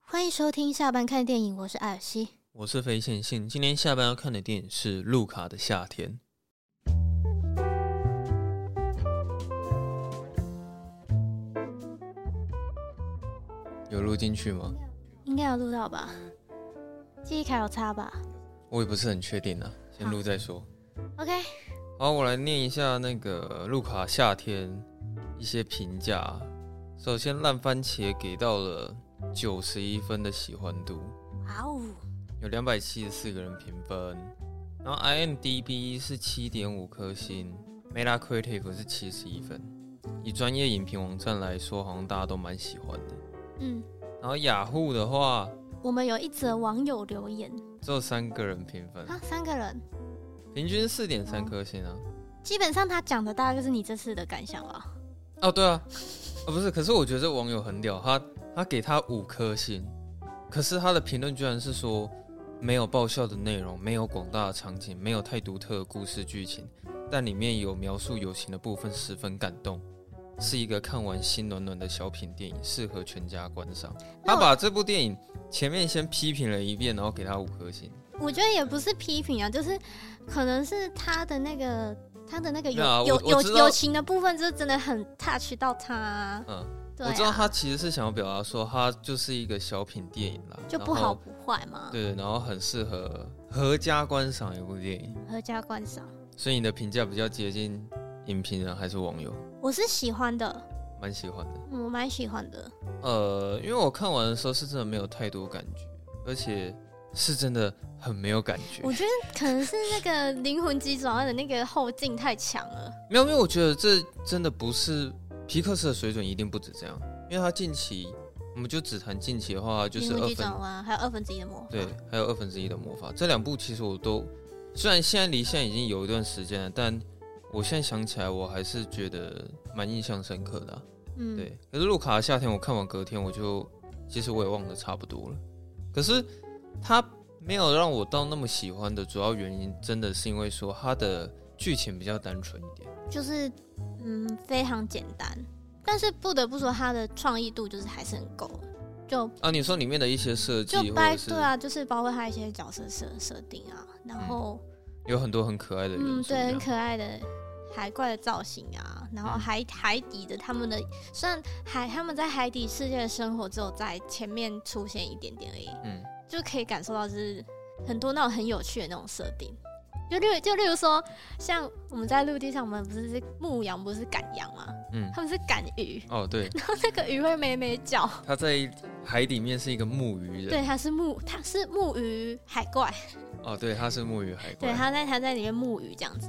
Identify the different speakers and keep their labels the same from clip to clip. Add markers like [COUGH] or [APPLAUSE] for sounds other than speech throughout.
Speaker 1: 欢迎收听下班看电影，我是艾尔西。
Speaker 2: 我是肥线性，今天下班要看的电影是《路卡的夏天》。有录进去吗？
Speaker 1: 应该有录到吧？记忆卡有插吧
Speaker 2: 我也不是很确定啊，先录再说。
Speaker 1: ？OK，
Speaker 2: 好，我来念一下那个《路卡夏天》一些评价。啊首先，烂番茄给到了九十一分的喜欢度。
Speaker 1: 哇哦，
Speaker 2: 有两百七十四个人评分，然后 IMDB 是七点五颗星，Metacritic 是七十一分。以专业影评网站来说，好像大家都蛮喜欢的。
Speaker 1: 嗯，
Speaker 2: 然后雅虎的话，
Speaker 1: 我们有一则网友留言
Speaker 2: 只有三个人评分，
Speaker 1: 啊，三个人，
Speaker 2: 平均四点三颗星啊。
Speaker 1: 基本上他讲的大概就是你这次的感想了。
Speaker 2: 哦，对啊，啊不是，可是我觉得这网友很屌，他他给他五颗星，可是他的评论居然是说没有爆笑的内容，没有广大的场景，没有太独特的故事剧情，但里面有描述友情的部分十分感动，是一个看完心暖暖的小品电影，适合全家观赏。
Speaker 1: 那
Speaker 2: 他
Speaker 1: 我
Speaker 2: 把这部电影前面先批评了一遍，然后给他五颗星。
Speaker 1: 我觉得也不是批评啊，就是可能是他的那个他的那个友
Speaker 2: 没有啊
Speaker 1: 友
Speaker 2: 我
Speaker 1: 友
Speaker 2: 我知道
Speaker 1: 友情的部分，就是真的很 touch 到他啊、
Speaker 2: 嗯，
Speaker 1: 对、啊，
Speaker 2: 我知道他其实是想要表达说，他就是一个小品电影啦，
Speaker 1: 就不好。不坏嘛，
Speaker 2: 对，然后很适合合家观赏一部电影，
Speaker 1: 合家观赏，
Speaker 2: 所以你的评价比较接近影评人还是网友，
Speaker 1: 我是喜欢的，
Speaker 2: 蛮喜欢的。
Speaker 1: 嗯我蛮喜欢的。
Speaker 2: 呃，因为我看完的时候是真的没有太多感觉，而且是真的很没有感觉
Speaker 1: 我。觉得可能是那个灵魂急转弯的那个后劲太强了。
Speaker 2: 没有，因为我觉得这真的不是皮克斯的水准，一定不止这样，因为他近期，我们就只谈近期的话，就是
Speaker 1: 灵魂
Speaker 2: 二
Speaker 1: 急
Speaker 2: 分
Speaker 1: 转弯还有二分之一的魔法。
Speaker 2: 对，还有二分之一的魔法，这两部其实我都，虽然现在离现在已经有一段时间了，但我现在想起来，我还是觉得蛮印象深刻的啊、
Speaker 1: 嗯，
Speaker 2: 对，可是《路卡的夏天》我看完隔天我就，其实我也忘得差不多了。可是它没有让我到那么喜欢的主要原因，真的是因为说它的剧情比较单纯一点。
Speaker 1: 就是嗯非常简单，但是不得不说他的创意度就是还是很够的，就
Speaker 2: 啊，你说里面的一些设计，
Speaker 1: 就
Speaker 2: 或
Speaker 1: 掰
Speaker 2: 者是嗯
Speaker 1: 对啊，就是包括他一些角色设设定啊，然后
Speaker 2: 有很多很可爱的元素、
Speaker 1: 嗯对很
Speaker 2: 这样
Speaker 1: 可爱的。海怪的造型啊，然后
Speaker 2: 嗯
Speaker 1: 海海底的他们的，虽然海他们在海底世界的生活只有在前面出现一点点而已，
Speaker 2: 嗯，
Speaker 1: 就可以感受到，就是很多那种很有趣的那种设定。就例如就例如说，像我们在陆地上，我们不是牧羊，不是赶羊吗？
Speaker 2: 嗯
Speaker 1: 他们是赶鱼， [LAUGHS]
Speaker 2: 哦，对，
Speaker 1: 然后那个鱼会咩咩叫。
Speaker 2: 它在海里面是一个木鱼人，
Speaker 1: 对，它是木，它是木鱼海怪。
Speaker 2: 哦，对，它是木鱼海怪。
Speaker 1: 对，它在它在里面木鱼这样子。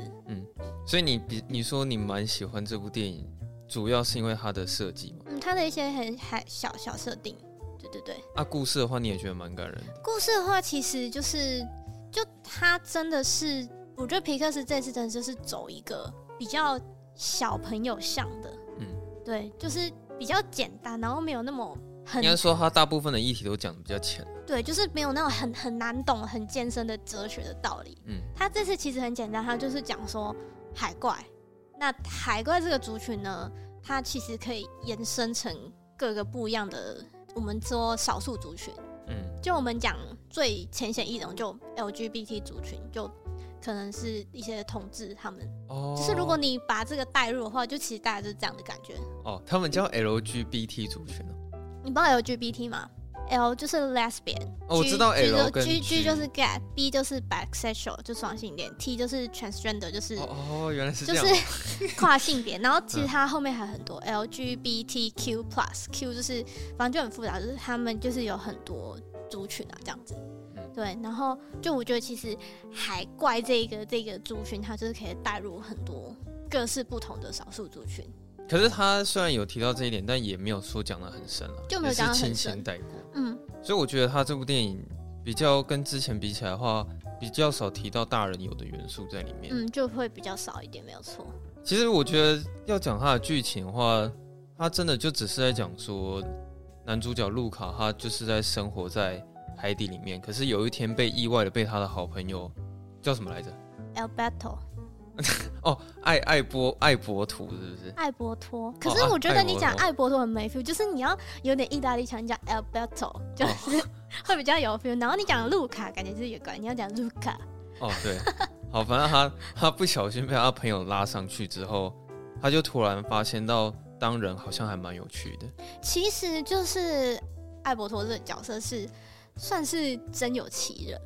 Speaker 2: 所以你比你说你蛮喜欢这部电影，主要是因为它的设计嘛？
Speaker 1: 嗯，它的一些很还小小设定。对对对，
Speaker 2: 啊，故事的话你也觉得蛮感人的。
Speaker 1: 故事的话，其实就是就它真的是，我觉得皮克斯这次真的就是走一个比较小朋友向的，
Speaker 2: 嗯，
Speaker 1: 对，就是比较简单，然后没有那么很
Speaker 2: 应该说它大部分的议题都讲的比较浅。
Speaker 1: 对，就是没有那种很很难懂、很艰深的哲学的道理。
Speaker 2: 嗯，
Speaker 1: 他这次其实很简单，他就是讲说海怪。那海怪这个族群呢，它其实可以延伸成各个不一样的，我们说少数族群。
Speaker 2: 嗯
Speaker 1: 就我们讲最浅显易懂，就 LGBT 族群，就可能是一些同志他们。
Speaker 2: 哦，
Speaker 1: 就是如果你把这个带入的话，就其实大家就是这样的感觉。
Speaker 2: 哦，他们叫 LGBT 族群哦。
Speaker 1: 你不知道 LGBT 吗？L 就是 lesbian，
Speaker 2: 哦，我
Speaker 1: G-
Speaker 2: 知道
Speaker 1: G 就
Speaker 2: L 跟
Speaker 1: G G 就是 gay，B 就是 bisexual 就双性恋，T 就是 transgender 就是、
Speaker 2: 哦哦，原来是
Speaker 1: 就
Speaker 2: 这样。
Speaker 1: 是跨性别。然后其实它后面还有很多 LGBTQ plus Q 就是反正就很复杂，就是他们就是有很多族群啊这样子
Speaker 2: 嗯。
Speaker 1: 对，然后就我觉得其实海怪这个这个族群，它就是可以带入很多各式不同的少数族群，
Speaker 2: 可是他虽然有提到这一点，但也没有说讲的很深了，
Speaker 1: 就没有
Speaker 2: 也是
Speaker 1: 讲得很
Speaker 2: 轻
Speaker 1: 深
Speaker 2: 轻带过。
Speaker 1: 嗯，
Speaker 2: 所以我觉得他这部电影比较跟之前比起来的话，比较少提到大人有的元素在里面。
Speaker 1: 嗯，就会比较少一点，没有错。
Speaker 2: 其实我觉得要讲它的剧情的话，它真的就只是在讲说男主角路卡他就是在生活在海底里面，可是有一天被意外的被他的好朋友叫什么来着？
Speaker 1: Alberto，
Speaker 2: 哦，艾艾波艾伯图是不是？
Speaker 1: 艾伯托。可是我觉得你哦啊讲艾伯托很没 feel，就是你要有点意大利腔，你讲 Alberto 就是、 [LAUGHS] 会比较有 feel。然后你讲卢卡，感觉就是有关，你要讲卢卡，
Speaker 2: 哦，对，好，反正他他不小心被他朋友拉上去之后，他就突然发现到当人好像还蛮有趣的。
Speaker 1: 其实就是艾伯托这个角色是算是真有其人。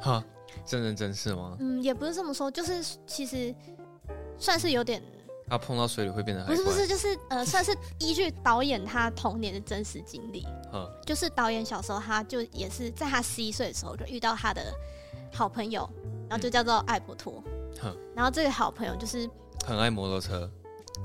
Speaker 2: 哈，真人真事吗？
Speaker 1: 嗯，也不是这么说，就是其实算是有点，
Speaker 2: 他碰到水里会变成海
Speaker 1: 不
Speaker 2: 怪？
Speaker 1: 是不是，就是呃，算是依据导演他童年的真实经历，
Speaker 2: 嗯
Speaker 1: [LAUGHS] 就是导演小时候他就也是在他十一岁的时候就遇到他的好朋友，然后就叫做艾伯托，
Speaker 2: 哼
Speaker 1: 然后这个好朋友就是
Speaker 2: 很爱摩托车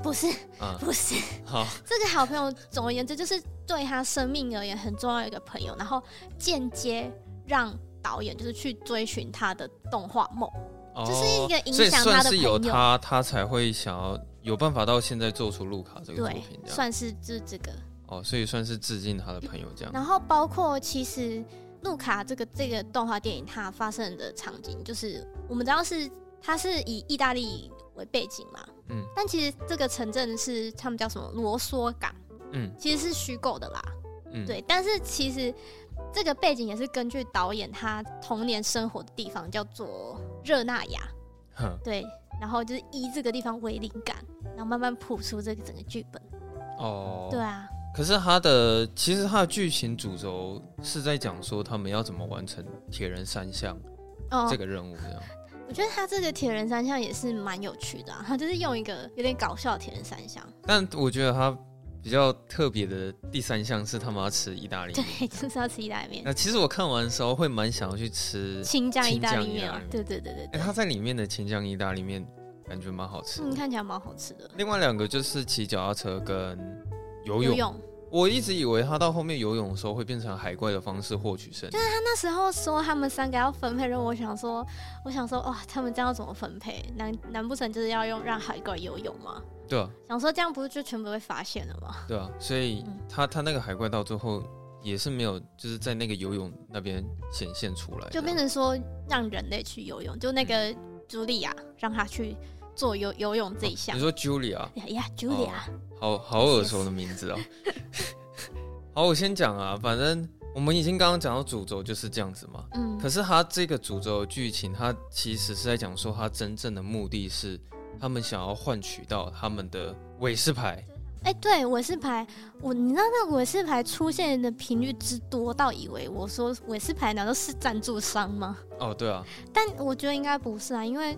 Speaker 1: 不是 [LAUGHS]
Speaker 2: 啊。
Speaker 1: 不是
Speaker 2: 好，
Speaker 1: 这个好朋友，总而言之就是对他生命而言很重要的一个朋友，然后间接让导演就是去追寻他的动画梦，
Speaker 2: 哦
Speaker 1: 这是一个影
Speaker 2: 所以
Speaker 1: 响他
Speaker 2: 算
Speaker 1: 的
Speaker 2: 是
Speaker 1: 朋
Speaker 2: 有
Speaker 1: 友。
Speaker 2: 他，他才会想要有办法到现在做出路卡这个作
Speaker 1: 对
Speaker 2: 品，这样。
Speaker 1: 算是就是这个。
Speaker 2: 哦，所以算是致敬他的朋友这样。
Speaker 1: 然后包括其实路卡这个这个动画电影它发生的场景，就是我们知道是它是以意大利为背景嘛，
Speaker 2: 嗯
Speaker 1: 但其实这个城镇是他们叫什么罗梭港，
Speaker 2: 嗯
Speaker 1: 其实是虚构的啦，
Speaker 2: 嗯，
Speaker 1: 对。但是其实这个背景也是根据导演他童年生活的地方叫做热那亚，
Speaker 2: 哼，
Speaker 1: 对。然后就是以这个地方为灵感，然后慢慢谱出这个整个剧本。
Speaker 2: 哦，
Speaker 1: 对啊，
Speaker 2: 可是他的其实他的剧情主轴是在讲说他们要怎么完成铁人三项
Speaker 1: 哦，
Speaker 2: 这个任务，这样。
Speaker 1: 我觉得他这个铁人三项也是蛮有趣的、啊，他就是用一个有点搞笑的铁人三项，
Speaker 2: 但我觉得他比较特别的第三项是他们要吃意大利面。
Speaker 1: 对， [LAUGHS] 就是要吃意大利面，
Speaker 2: 那其实我看完的时候会蛮想要去吃，
Speaker 1: 青酱意大利
Speaker 2: 青酱意
Speaker 1: 面
Speaker 2: 大
Speaker 1: 啊
Speaker 2: 利面，
Speaker 1: 对对对对
Speaker 2: 哎、
Speaker 1: 对，
Speaker 2: 他在里面的青酱意大利面感觉蛮好吃的。
Speaker 1: 嗯，看起来蛮好吃的。
Speaker 2: 另外两个就是骑脚踏车跟游泳。
Speaker 1: 游泳，
Speaker 2: 我一直以为他到后面游泳的时候会变成海怪的方式获取胜利。
Speaker 1: 他那时候说他们三个要分配任务，我想说，我想说，哇，他们这样要怎么分配？难难不成就是要用让海怪游泳吗？
Speaker 2: 对啊，
Speaker 1: 想说这样不是就全部被发现了吗？
Speaker 2: 对啊，所以
Speaker 1: 嗯
Speaker 2: 他他那个海怪到最后也是没有，就是在那个游泳那边显现出来的，
Speaker 1: 就变成说让人类去游泳，就那
Speaker 2: 嗯
Speaker 1: 个茱莉亚让他去做游游泳这一项
Speaker 2: 你。说 Julia，
Speaker 1: 哎呀，茱莉亚， [LAUGHS]
Speaker 2: 好好耳熟的名字哦。 [LAUGHS] 好，我先讲啊，反正我们已经刚刚讲到主轴就是这样子嘛。
Speaker 1: 嗯，
Speaker 2: 可是他这个主轴的剧情，他其实是在讲说，他真正的目的是他们想要换取到他们的韦氏牌。
Speaker 1: 哎、对，韦氏牌，我你知道那韦氏牌出现的频率之多，到以为我说韦氏牌难道是赞助商吗？
Speaker 2: 哦，对啊，
Speaker 1: 但我觉得应该不是啊，因为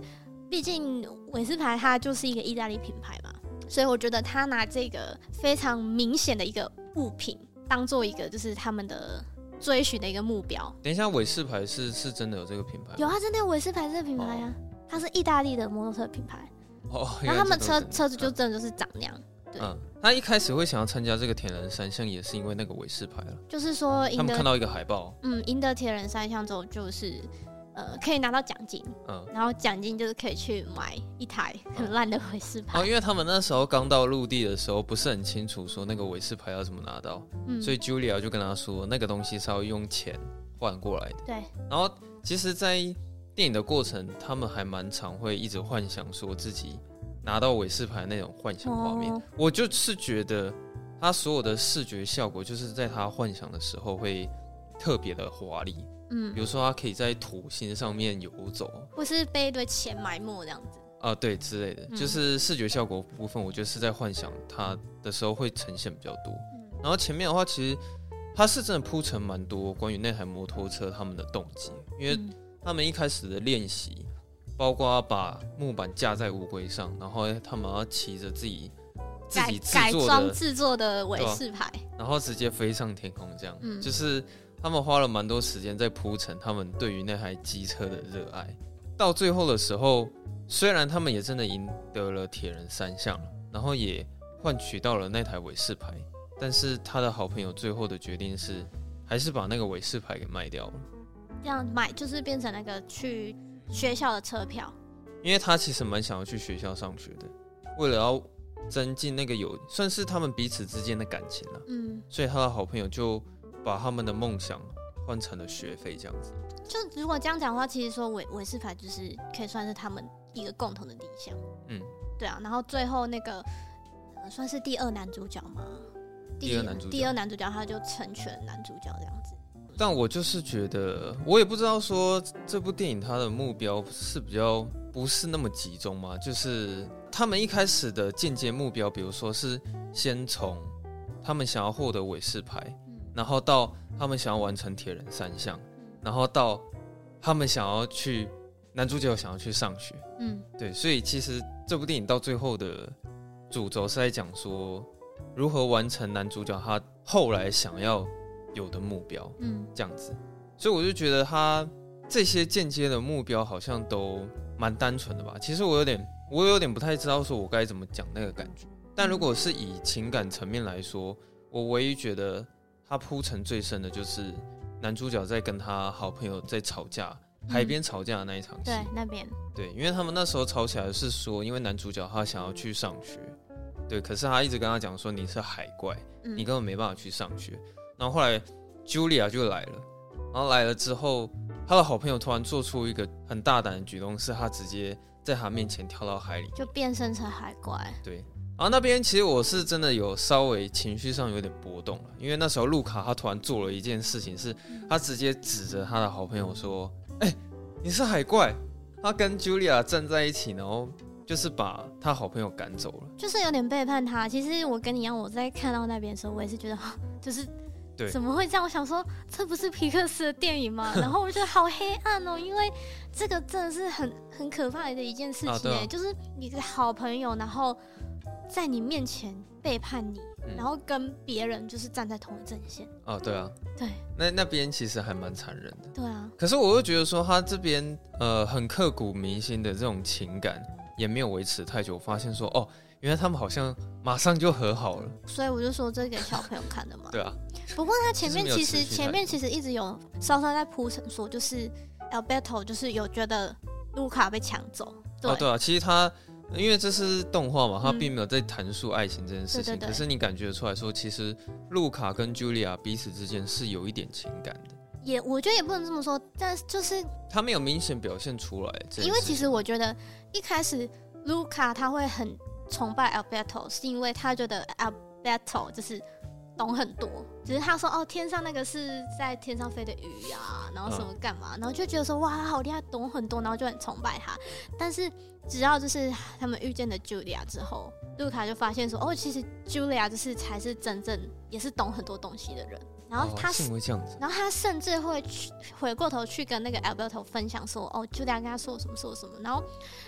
Speaker 1: 毕竟韦氏牌它就是一个意大利品牌嘛，所以我觉得他拿这个非常明显的一个物品当做一个就是他们的追寻的一个目标。
Speaker 2: 等一下，韦氏牌是是真的有这个品牌吗？
Speaker 1: 有啊，真的有韦氏牌这个品牌啊，它是意大利的摩托车品牌，
Speaker 2: 哦，原
Speaker 1: 然后
Speaker 2: 来
Speaker 1: 他们
Speaker 2: 这都
Speaker 1: 车
Speaker 2: 是
Speaker 1: 车子就真的就是长那样。对
Speaker 2: 嗯，他一开始会想要参加这个铁人三项，也是因为那个韦氏牌了。
Speaker 1: 就是说
Speaker 2: 他
Speaker 1: 赢
Speaker 2: 们
Speaker 1: 得
Speaker 2: 看到一个海报，
Speaker 1: 嗯，赢得铁人三项之后就是，呃，可以拿到奖金，
Speaker 2: 嗯，
Speaker 1: 然后奖金就是可以去买一台很烂的回事牌。
Speaker 2: 哦，因为他们那时候刚到陆地的时候，不是很清楚说那个韦氏牌要怎么拿到，
Speaker 1: 嗯，
Speaker 2: 所以 Julia 就跟他说，那个东西是要用钱换过来的。
Speaker 1: 对，
Speaker 2: 然后其实，在电影的过程，他们还蛮常会一直幻想说自己拿到韦氏牌那种幻想画面。
Speaker 1: 哦
Speaker 2: 我就是觉得他所有的视觉效果，就是在他幻想的时候会特别的华丽，比
Speaker 1: 嗯，
Speaker 2: 如说他可以在土星上面游走。
Speaker 1: 或是被一堆钱埋没这样子。
Speaker 2: 啊，对之类的，
Speaker 1: 嗯
Speaker 2: 就是视觉效果部分，我觉得是在幻想它的时候会呈现比较多。
Speaker 1: 嗯
Speaker 2: 然后前面的话，其实它是真的铺陈蛮多关于那台摩托车他们的动机，因为
Speaker 1: 嗯
Speaker 2: 他们一开始的练习，包括把木板架在乌龟上，然后他们要骑着自己自
Speaker 1: 改
Speaker 2: 己制
Speaker 1: 改
Speaker 2: 作
Speaker 1: 装
Speaker 2: 的，
Speaker 1: 制作的韦
Speaker 2: 对啊
Speaker 1: 氏牌，
Speaker 2: 然后直接飞上天空，这样，
Speaker 1: 嗯
Speaker 2: 就是他们花了蛮多时间在铺陈他们对于那台机车的热爱。到最后的时候，虽然他们也真的赢得了铁人三项，然后也换取到了那台韦氏牌，但是他的好朋友最后的决定是，还是把那个韦氏牌给卖掉了，
Speaker 1: 这样买就是变成那个去学校的车票。
Speaker 2: 因为他其实蛮想要去学校上学的，为了要增进那个友，算是他们彼此之间的感情了、
Speaker 1: 嗯，
Speaker 2: 所以他的好朋友就把他们的梦想换成了学费这样子。
Speaker 1: 就如果这样讲的话，其实说韦韦氏牌就是可以算是他们一个共同的理想。
Speaker 2: 嗯，
Speaker 1: 对啊，然后最后那个、呃算是第二男主角吗？
Speaker 2: 第二男主角
Speaker 1: 第二男主角他就成全男主角这样子。
Speaker 2: 但我就是觉得，我也不知道说这部电影它的目标是比较不是那么集中嘛，就是他们一开始的间接目标，比如说是先从他们想要获得韦氏牌，
Speaker 1: 嗯
Speaker 2: 然后到他们想要完成铁人三项，然后到他们想要去男主角想要去上学，
Speaker 1: 嗯
Speaker 2: 对，所以其实这部电影到最后的主轴是在讲说如何完成男主角他后来想要有的目标。
Speaker 1: 嗯
Speaker 2: 这样子，所以我就觉得他这些间接的目标好像都蛮单纯的吧。其实我有点，我有点不太知道说我该怎么讲那个感觉。但如果是以情感层面来说，我唯一觉得他铺陈最深的就是男主角在跟他好朋友在吵架，海边吵架的那一场戏。
Speaker 1: 对那边
Speaker 2: 对，因为他们那时候吵起来是说，因为男主角他想要去上学，对，可是他一直跟他讲说你是海怪，
Speaker 1: 嗯
Speaker 2: 你根本没办法去上学。然后后来 Julia 就来了，然后来了之后，他的好朋友突然做出一个很大胆的举动，是他直接在他面前跳到海里。
Speaker 1: 就变身成海怪。
Speaker 2: 对，然啊后那边其实我是真的有稍微情绪上有点波动了，因为那时候路卡他突然做了一件事情，是他直接指着他的好朋友说：“哎、你是海怪。”他跟 Julia 站在一起，然后就是把他好朋友赶走了。
Speaker 1: 就是有点背叛他。其实我跟你一样，我在看到那边的时候，我也是觉得， [LAUGHS] 就是
Speaker 2: 对
Speaker 1: 怎么会这样？我想说，这不是皮克斯的电影
Speaker 2: [LAUGHS]
Speaker 1: 吗？然后我觉得好黑暗哦，因为这个真的是很很可怕的一件事
Speaker 2: 啊
Speaker 1: 情、
Speaker 2: 对
Speaker 1: 哎，
Speaker 2: 啊
Speaker 1: 就是你的好朋友，然后在你面前背叛你，
Speaker 2: 嗯
Speaker 1: 然后跟别人就是站在同一阵线。
Speaker 2: 哦，对啊，
Speaker 1: 对
Speaker 2: 那那边其实还蛮残忍的。
Speaker 1: 对啊，
Speaker 2: 可是我又觉得说他这边呃很刻骨铭心的这种情感也没有维持太久，我发现说哦，原来他们好像马上就和好了，
Speaker 1: 所以我就说这给小朋友看的嘛。
Speaker 2: [LAUGHS] 对啊，
Speaker 1: 不过他前面
Speaker 2: 就是没
Speaker 1: 其
Speaker 2: 有
Speaker 1: 实
Speaker 2: 持续太
Speaker 1: 前面其实一直有稍稍在铺陈说，就是 Alberto 就是有觉得卢卡被抢走，对、
Speaker 2: 哦对啊，其实他因为这是动画嘛，他
Speaker 1: 嗯
Speaker 2: 并没有在阐述爱情这件事情，
Speaker 1: 对对对
Speaker 2: 可是你感觉出来说，其实路卡跟 Julia 彼此之间是有一点情感的，
Speaker 1: 也我觉得也不能这么说，但是就是
Speaker 2: 他没有明显表现出来这件事情，
Speaker 1: 因为其实我觉得一开始卢卡他会很崇拜 Alberto，是因为他觉得 Alberto 就是懂很多，只、是他说哦天上那个是在天上飞的鱼啊，然后什么干嘛，然后就觉得说哇他好厉害，懂很多，然后就很崇拜他。但是只要就是他们遇见了 Julia 之后，卢卡就发现说哦其实 Julia 就是才是真正也是懂很多东西的人，然后
Speaker 2: 哦
Speaker 1: 他
Speaker 2: 是因为这样子，
Speaker 1: 然后他甚至会去回过头去跟那个 Alberto 分享说，哦，Julia 跟他说什么说什么。然后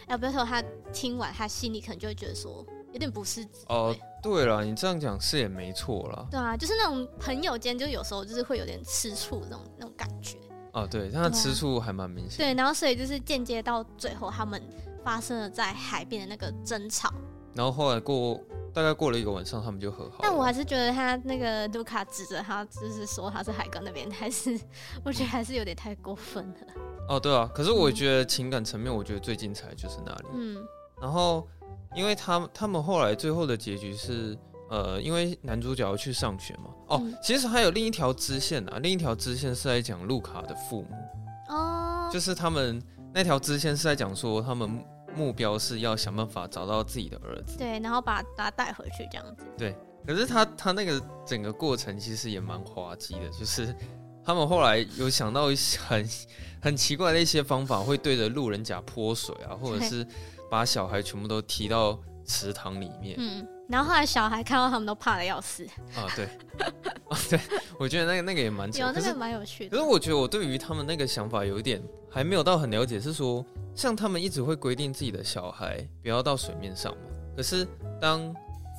Speaker 1: Alberto 他听完，他心里可能就会觉得说，有点不是滋味。
Speaker 2: 哦对了，你这样讲是也没错啦。
Speaker 1: 对啊，就是那种朋友间，就有时候就是会有点吃醋那种那种感觉。
Speaker 2: 哦对，他的
Speaker 1: 对啊
Speaker 2: 吃醋还蛮明显，
Speaker 1: 对，然后所以就是间接到最后，他们发生了在海边的那个争吵。
Speaker 2: 然后后来过大概过了一个晚上，他们就和好了。
Speaker 1: 但我还是觉得他那个卢卡指着他，就是说他是海哥那边，还是 [LAUGHS] 我觉得还是有点太过分了。
Speaker 2: 哦，对啊，可是我觉得情感层面，我觉得最精彩就是那里。
Speaker 1: 嗯
Speaker 2: 然后，因为他他们后来最后的结局是，呃，因为男主角要去上学嘛。哦，
Speaker 1: 嗯
Speaker 2: 其实还有另一条支线啊，另一条支线是在讲路卡的父母，
Speaker 1: 哦，
Speaker 2: 就是他们那条支线是在讲说他们目标是要想办法找到自己的儿子。
Speaker 1: 对，然后把把他带回去这样子。
Speaker 2: 可是他他那个整个过程其实也蛮滑稽的，就是他们后来有想到一些很很奇怪的一些方法，会对着路人甲泼水啊，或者是把小孩全部都踢到池塘里面、
Speaker 1: 嗯，然后后来小孩看到他们都怕的要死，
Speaker 2: 啊。对， [LAUGHS] 啊对，我觉得那个那个也蛮巧
Speaker 1: 有。
Speaker 2: 可
Speaker 1: 那
Speaker 2: 是
Speaker 1: 个蛮有趣
Speaker 2: 可
Speaker 1: 的
Speaker 2: 是。我觉得我对于他们那个想法有一点还没有到很了解，是说像他们一直会规定自己的小孩不要到水面上嘛。可是当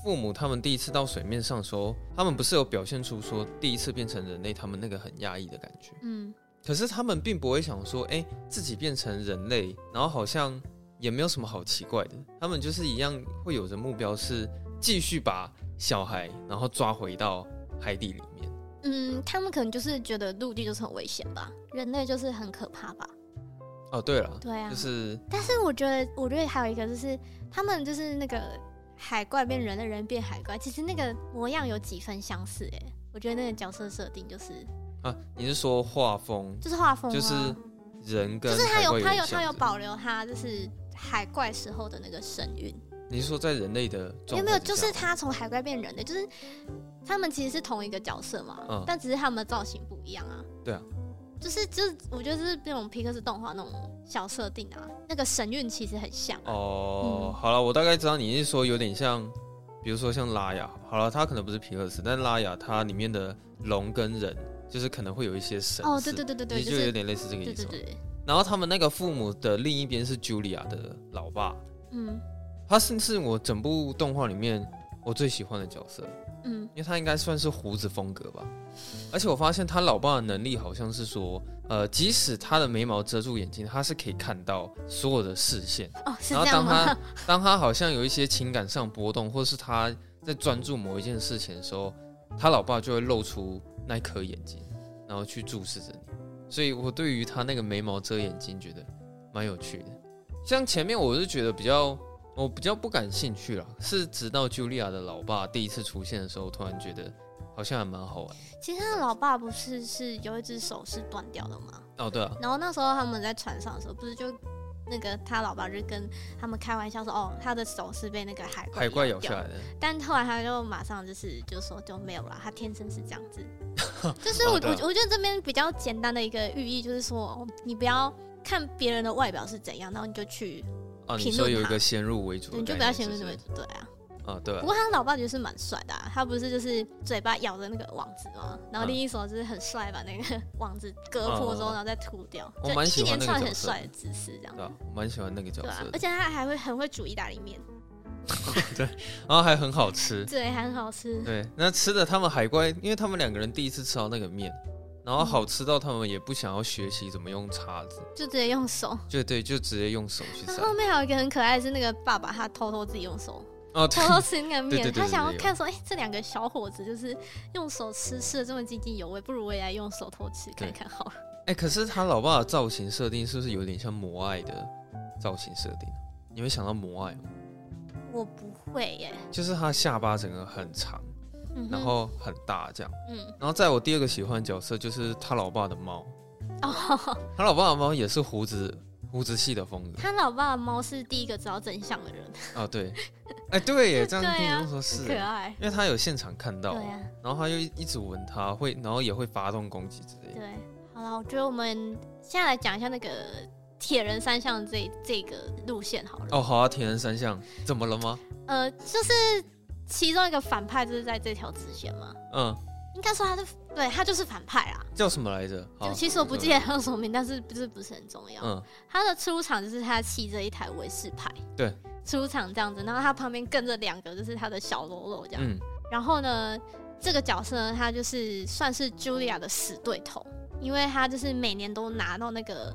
Speaker 2: 父母他们第一次到水面上的时候，他们不是有表现出说第一次变成人类，他们那个很压抑的感觉。
Speaker 1: 嗯，
Speaker 2: 可是他们并不会想说，哎、自己变成人类，然后好像也没有什么好奇怪的。他们就是一样会有着目标是继续把小孩然后抓回到海底里面。
Speaker 1: 嗯，他们可能就是觉得陆地就是很危险吧，人类就是很可怕吧。
Speaker 2: 哦，对了，
Speaker 1: 对啊，
Speaker 2: 就是
Speaker 1: 但是我觉得，我觉得还有一个就是，他们就是那个海怪变人类，人变海怪，其实那个模样有几分相似哎、我觉得那个角色设定就是
Speaker 2: 啊，你是说画风
Speaker 1: 就是画风、啊，
Speaker 2: 就是人跟
Speaker 1: 就是他
Speaker 2: 海
Speaker 1: 有
Speaker 2: 怪
Speaker 1: 他有
Speaker 2: 点像
Speaker 1: 他有
Speaker 2: 是
Speaker 1: 保留他就是海怪时候的那个神韵。
Speaker 2: 你是说在人类的
Speaker 1: 有
Speaker 2: 状态之下？
Speaker 1: 没有？就是他从海怪变人的，就是他们其实是同一个角色嘛，
Speaker 2: 嗯
Speaker 1: 但只是他们的造型不一样啊。
Speaker 2: 对啊，
Speaker 1: 就是就是，我觉得是那种皮克斯动画那种小设定啊，那个神韵其实很像啊、
Speaker 2: 哦，
Speaker 1: 嗯
Speaker 2: 好了，我大概知道你是说有点像，比如说像拉雅，好了，它可能不是皮克斯，但拉雅它里面的龙跟人，就是可能会有一些神
Speaker 1: 哦，
Speaker 2: 似
Speaker 1: 对对对对对，
Speaker 2: 你就
Speaker 1: 就
Speaker 2: 有
Speaker 1: 是
Speaker 2: 点类似这个
Speaker 1: 对
Speaker 2: 意思
Speaker 1: 对
Speaker 2: 嘛。
Speaker 1: 对，
Speaker 2: 然后他们那个父母的另一边是茱莉亚的老爸，
Speaker 1: 嗯
Speaker 2: 他是是我整部动画里面我最喜欢的角色，
Speaker 1: 嗯
Speaker 2: 因为他应该算是胡子风格吧。而且我发现他老爸的能力好像是说，呃，即使他的眉毛遮住眼睛，他是可以看到所有的视线。
Speaker 1: 哦，是
Speaker 2: 然
Speaker 1: 这样
Speaker 2: 后当
Speaker 1: 吗 [LAUGHS]
Speaker 2: 他？当他好像有一些情感上波动，或是他在专注某一件事情的时候，他老爸就会露出那一颗眼睛，然后去注视着你。所以我对于他那个眉毛遮眼睛，觉得蛮有趣的。像前面我是觉得比较，我比较不感兴趣啦，是直到茱莉亚的老爸第一次出现的时候，我突然觉得好像还蛮好玩。
Speaker 1: 其实他的老爸不是是有一只手是断掉的吗？
Speaker 2: 哦，对啊，
Speaker 1: 然后那时候他们在船上的时候，不是就那个他老爸就跟他们开玩笑说，哦，他的手是被那个海怪
Speaker 2: 海怪咬啊
Speaker 1: 咬
Speaker 2: 下
Speaker 1: 掉
Speaker 2: 来的，
Speaker 1: 但后来他就马上就是就说就没有了，他天生是这样
Speaker 2: [LAUGHS]
Speaker 1: 子。就是我
Speaker 2: 哦
Speaker 1: 我
Speaker 2: 对啊
Speaker 1: 我觉得这边比较简单的一个寓意就是说，哦你不要看别人的外表是怎样，然后你就去，
Speaker 2: 啊，你
Speaker 1: 评
Speaker 2: 说
Speaker 1: 论
Speaker 2: 有一
Speaker 1: 他
Speaker 2: 个先入为主的
Speaker 1: 你就
Speaker 2: 概念，
Speaker 1: 不要显得
Speaker 2: 是
Speaker 1: 怎
Speaker 2: 不
Speaker 1: 么
Speaker 2: 是
Speaker 1: 对啊。
Speaker 2: 啊，对啊
Speaker 1: 不，过他老爸就是蛮帅的、啊，他不是就是嘴巴咬着那个网子吗？然后
Speaker 2: 嗯
Speaker 1: 另一手就是很帅把那个 [LAUGHS] 网子割破之后，
Speaker 2: 嗯嗯嗯
Speaker 1: 然后再吐掉，
Speaker 2: 我
Speaker 1: 就
Speaker 2: 蛮
Speaker 1: 一
Speaker 2: 喜
Speaker 1: 一
Speaker 2: 欢
Speaker 1: 连
Speaker 2: 那个
Speaker 1: 串
Speaker 2: 角
Speaker 1: 很
Speaker 2: 色
Speaker 1: 帅的姿势这样
Speaker 2: 对。啊，我蛮喜欢那个角
Speaker 1: 对啊
Speaker 2: 色，的
Speaker 1: 而，且他还会很会煮意大利面，
Speaker 2: [LAUGHS] 然后还很好吃。
Speaker 1: 对，还很好吃。
Speaker 2: 对，那吃的他们海怪，因为他们两个人第一次吃到那个面，然后好吃到他们也不想要学习怎么用叉子，
Speaker 1: 就直接用手。
Speaker 2: 就对，就啊直接用手去
Speaker 1: 然
Speaker 2: 塞
Speaker 1: 后。后面还有一个很可爱的是那个爸爸，他偷偷自己用手 [LAUGHS]
Speaker 2: 哦，
Speaker 1: 偷
Speaker 2: 对，
Speaker 1: 偷吃那个
Speaker 2: 对对
Speaker 1: 面，
Speaker 2: 对对
Speaker 1: 他想
Speaker 2: 对
Speaker 1: 要看说，哎、这两个小伙子就是用手吃吃的这么津津有味，不如我也来用手偷吃看看好了。
Speaker 2: [LAUGHS] 哎，可是他老爸的造型设定是不是有点像摩爱的造型设定？你会想到摩爱吗？
Speaker 1: 我不会耶，
Speaker 2: 就是他下巴整个很长，
Speaker 1: 嗯哼
Speaker 2: 然后很大这样。
Speaker 1: 嗯，
Speaker 2: 然后在我第二个喜欢的角色就是他老爸的猫，
Speaker 1: 哦，
Speaker 2: 他老爸的猫也是胡子胡子系的风格
Speaker 1: 他老爸的猫是第一个知道真相的人，
Speaker 2: 啊，对，哎对耶，这样
Speaker 1: 对
Speaker 2: 听
Speaker 1: 啊
Speaker 2: 你这么说 [LAUGHS] 是
Speaker 1: 可
Speaker 2: 耶，
Speaker 1: 爱，
Speaker 2: 因为他有现场看到
Speaker 1: 对。啊，
Speaker 2: 然后他又一一直闻它，会，然后也会发动攻击之类的。
Speaker 1: 对。啊好了，我觉得我们现在来讲一下那个铁人三项这这个路线好了。
Speaker 2: 哦，好啊，铁人三项怎么了吗？
Speaker 1: 呃，就是其中一个反派就是在这条支线嘛，
Speaker 2: 嗯，
Speaker 1: 应该说他是对他就是反派啊啦。
Speaker 2: 叫什么来着？好
Speaker 1: 就其实我不记得。他叫什么名，但是不是不是很重要。
Speaker 2: 哦嗯，
Speaker 1: 他的出场就是他骑着一台威士牌，
Speaker 2: 对，
Speaker 1: 出场这样子，然后他旁边跟着两个就是他的小喽啰这样。
Speaker 2: 嗯，
Speaker 1: 然后呢，这个角色呢，他就是算是 Julia 的死对头，因为他就是每年都拿到那个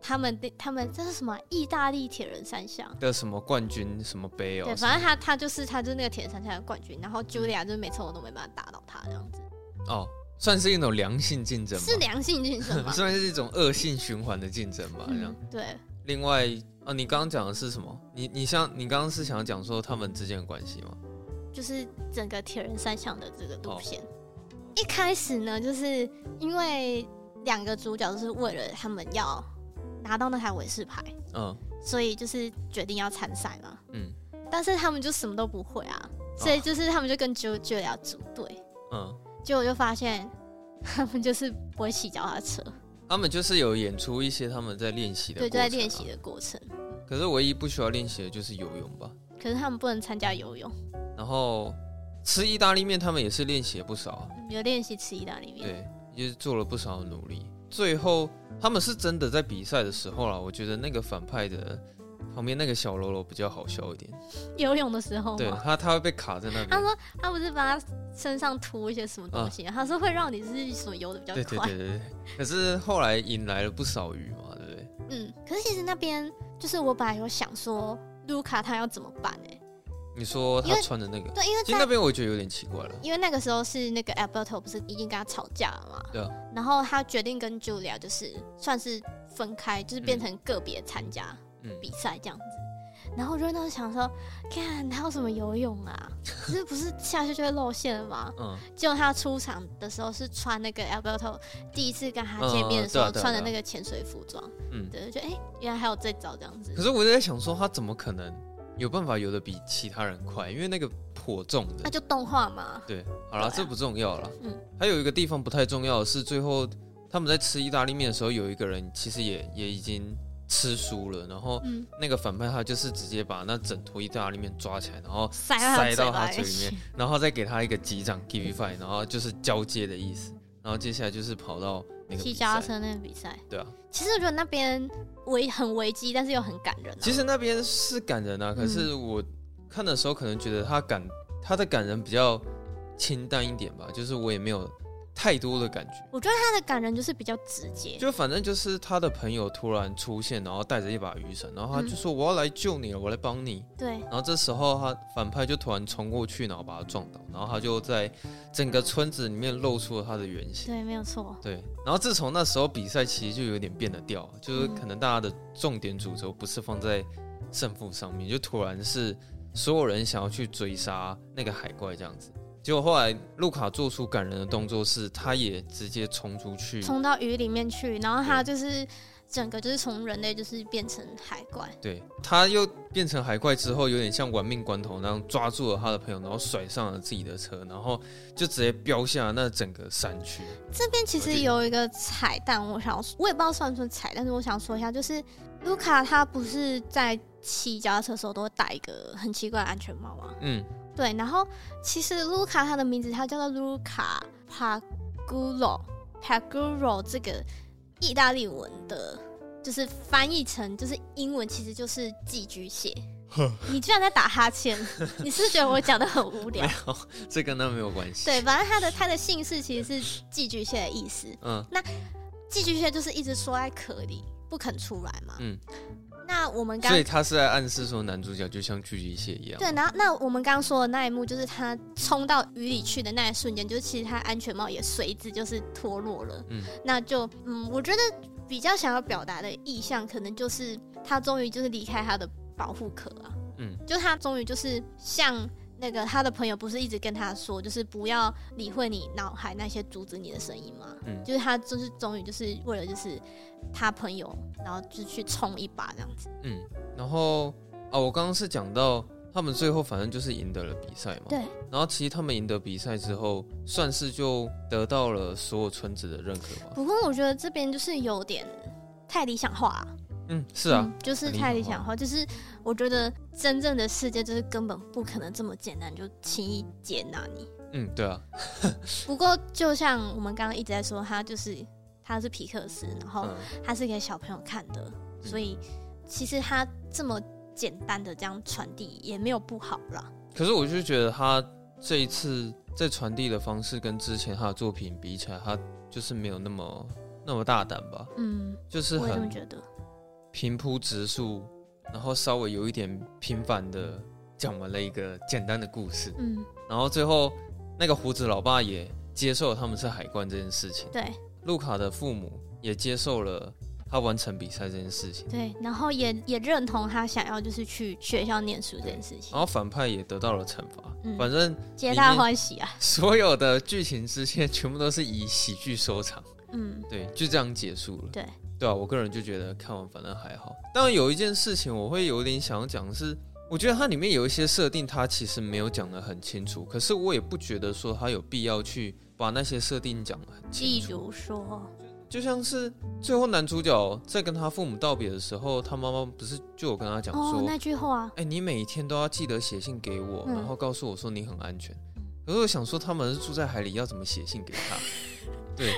Speaker 1: 他们的他们这是什么啊意大利铁人三项。
Speaker 2: 的什么冠军什么杯哦？
Speaker 1: 对，反正他他就是他就是那个铁人三项的冠军，然后 Julia 就是每次我都没办法打倒他这样子，
Speaker 2: 什么哦，算是一种良性竞争吧，
Speaker 1: 是良性竞争嘛？
Speaker 2: [LAUGHS] 算是一种恶性循环的竞争吧。这样
Speaker 1: 嗯，，对，
Speaker 2: 另外啊，你刚刚讲的是什么？你你像你刚刚是想要讲说他们之间的关系吗？
Speaker 1: 就是整个铁人三项的这个
Speaker 2: 哦
Speaker 1: 路线。一开始呢，就是因为两个主角就是为了他们要拿到那台韦氏牌，
Speaker 2: 嗯
Speaker 1: 所以就是决定要参赛嘛。
Speaker 2: 嗯哦
Speaker 1: 但是他们就什么都不会啊，所以就是他们就跟 j u j u 组队，
Speaker 2: 嗯，
Speaker 1: 结果就发现他们就是不会骑脚踏车，
Speaker 2: 他们就是有演出一些他们在练习的，啊
Speaker 1: 对，就在练习。的过程。
Speaker 2: 可是唯一不需要练习的就是游泳吧。
Speaker 1: 可是他们不能参加游泳，
Speaker 2: 然后吃意大利面，他们也是练习了不少啊，
Speaker 1: 有练习吃意大利面。
Speaker 2: 对，也是做了不少的努力。最后他们是真的在比赛的时候啦，我觉得那个反派的旁边那个小喽啰比较好笑一点，
Speaker 1: 游泳的时候
Speaker 2: 对
Speaker 1: 嘛，
Speaker 2: 他他会被卡在那
Speaker 1: 哦他
Speaker 2: 边。
Speaker 1: 说他不是把他身上涂一些什么东西，他说会让你就是什么游的比较
Speaker 2: 啊对对
Speaker 1: 快。
Speaker 2: 对对对，可是后来引来了不少鱼嘛，对不对？
Speaker 1: 嗯，可是其实那边就是我本来有想说卢卡他要怎么办哎、
Speaker 2: 你说他
Speaker 1: 因为
Speaker 2: 穿的那个，
Speaker 1: 对，因为
Speaker 2: 其实那
Speaker 1: 在
Speaker 2: 边我觉得有点奇怪了。
Speaker 1: 因为那个时候是那个 Alberto 不是已经跟他吵架了嘛，
Speaker 2: 对啊
Speaker 1: 然后他决定跟 Julia 就是算是分开，就是变
Speaker 2: 嗯
Speaker 1: 成个别参加
Speaker 2: 嗯
Speaker 1: 比赛这样子。然后我就会那时候想说，看他有什么游泳啊？ [LAUGHS] 这不是下去就会露馅了吗？
Speaker 2: 嗯，
Speaker 1: 结果他出场的时候是穿那个 Alberto 第一次跟他见面的时
Speaker 2: 嗯
Speaker 1: 候
Speaker 2: 嗯对啊对啊
Speaker 1: 穿的那个潜水服装，
Speaker 2: 嗯
Speaker 1: 对，就觉得哎、原来还有这招这样子
Speaker 2: 可。是我就在想说，他怎么可能有办法游的比其他人快？因为那个颇重的。
Speaker 1: 那就动画嘛，
Speaker 2: 对，好了，
Speaker 1: 对啊
Speaker 2: 这不重要了。
Speaker 1: 嗯
Speaker 2: 还有一个地方不太重要的是，最后他们在吃意大利面的时候，有一个人其实也也已经吃输了，然后
Speaker 1: 嗯，
Speaker 2: 那个反派他就是直接把那整坨意大利面抓起来，然后
Speaker 1: 塞
Speaker 2: 塞
Speaker 1: 到
Speaker 2: 到
Speaker 1: 他
Speaker 2: 他
Speaker 1: 的嘴
Speaker 2: 嘴
Speaker 1: 巴
Speaker 2: 里
Speaker 1: 里
Speaker 2: 面
Speaker 1: 面。，
Speaker 2: 然后再给他一个击掌 give five，然后就是交接的意思。然后接下来就是跑到那个
Speaker 1: 骑
Speaker 2: 比
Speaker 1: 脚踏
Speaker 2: 赛，
Speaker 1: 车嗯那个比赛，
Speaker 2: 对啊。
Speaker 1: 其实我觉得那边危很危机，但是又很感人、啊。
Speaker 2: 其实那边是感人
Speaker 1: 嗯
Speaker 2: 啊，可是我看的时候可能觉得他感他的感人比较清淡一点吧，就是我也没有太多的感觉。
Speaker 1: 他的感人就是比较直接，
Speaker 2: 就反正就是他的朋友突然出现，然后带着一把雨伞，然后他就说我要来救你了，我来帮你。
Speaker 1: 对，
Speaker 2: 然后这时候他反派就突然冲过去，然后把他撞倒，然后他就在整个村子里面露出了他的原形。
Speaker 1: 对，没有错。
Speaker 2: 对，然后自从那时候比赛其实就有点变了调，就是可能大家的重点主轴不是放在胜负上面，就突然是所有人想要去追杀那个海怪这样子。结果后来路卡做出感人的动作是，他也直接冲出去，
Speaker 1: 冲到鱼里面去，然后他就是整个就是从人类就是变成海怪，
Speaker 2: 对，他又变成海怪之后，有点像玩命关头那样抓住了他的朋友，然后甩上了自己的车，然后就直接飙下那整个山区。
Speaker 1: 这边其实有一个彩蛋，我想我也不知道算不算彩，但是我想说一下，就是卢卡他不是在骑脚踏车的时候都会戴一个很奇怪的安全帽吗？
Speaker 2: 嗯，
Speaker 1: 对，然后其实卢卡他的名字他叫做卢卡帕古罗帕古罗这个意大利文的，就是翻译成就是英文其实就是寄居蟹。你居然在打哈欠，你是不是觉得我讲的很无
Speaker 2: [LAUGHS]
Speaker 1: 聊？
Speaker 2: 这跟那没有关系。
Speaker 1: 对，，反正他的他的姓氏其实是寄居蟹的意思。
Speaker 2: 嗯
Speaker 1: 寄居蟹就是一直缩在壳里不肯出来嘛。
Speaker 2: 嗯，
Speaker 1: 那我们刚
Speaker 2: 所以他是在暗示说男主角就像巨巨蟹一样。
Speaker 1: 对，然后那我们刚刚说的那一幕，就是他冲到鱼里去的那一瞬间，就是其实他安全帽也随之就是脱落了。
Speaker 2: 嗯，
Speaker 1: 那就嗯，我觉得比较想要表达的意象，可能就是他终于就是离开他的保护壳啊。
Speaker 2: 嗯，
Speaker 1: 就他终于就是像那个他的朋友不是一直跟他说，就是不要理会你脑海那些阻止你的声音吗？
Speaker 2: 嗯
Speaker 1: 就是他就是终于就是为了就是他朋友，然后就去冲一把这样子。
Speaker 2: 嗯，然后啊，我刚刚是讲到他们最后反正就是赢得了比赛嘛。
Speaker 1: 对，
Speaker 2: 然后其实他们赢得比赛之后，算是就得到了所有村子的认可吧。
Speaker 1: 不过我觉得这边就是有点太理想化了、
Speaker 2: 嗯，是啊，
Speaker 1: 嗯就是太理想化，就是我觉得真正的世界就是根本不可能这么简单就轻易接纳你。
Speaker 2: 嗯，对啊，
Speaker 1: 不过就像我们刚刚一直在说，他就是他是皮克斯，然后
Speaker 2: 嗯。
Speaker 1: 它是给小朋友看的，
Speaker 2: 嗯
Speaker 1: 所以其实它这么简单的这样传递也没有不好啦。
Speaker 2: 可是我就觉得他这一次在传递的方式跟之前他的作品比起来，他就是没有那么那么大胆吧，
Speaker 1: 嗯，
Speaker 2: 就是
Speaker 1: 我也这么
Speaker 2: 很
Speaker 1: 觉得。
Speaker 2: 平铺直述，然后稍微有一点平凡的讲完了一个简单的故事，
Speaker 1: 嗯，
Speaker 2: 然后最后那个胡子老爸也接受了他们是海关这件事情，
Speaker 1: 对
Speaker 2: 路卡的父母也接受了他完成比赛这件事情，
Speaker 1: 对，然后也也认同他想要就是去学校念书这件事情
Speaker 2: 然，后反派也得到了惩罚，
Speaker 1: 嗯
Speaker 2: 反正
Speaker 1: 皆大欢喜啊。
Speaker 2: 所有的剧情支线全部都是以喜剧收场。
Speaker 1: 嗯，
Speaker 2: 对，就这样结束了。
Speaker 1: 对，
Speaker 2: 对啊，我个人就觉得看完反正还好。当然有一件事情我会有点想要讲的是，我觉得它里面有一些设定，它其实没有讲得很清楚，可是我也不觉得说它有必要去把那些设定讲得很清
Speaker 1: 例
Speaker 2: 楚。
Speaker 1: 如说，哦
Speaker 2: 就像是最后男主角在跟他父母道别的时候，他妈妈不是就有跟他讲说，
Speaker 1: 哦，那句话，
Speaker 2: 哎、你每天都要记得写信给我，
Speaker 1: 嗯
Speaker 2: 然后告诉我说你很安全。可是我想说，他们是住在海里，要怎么写信给他？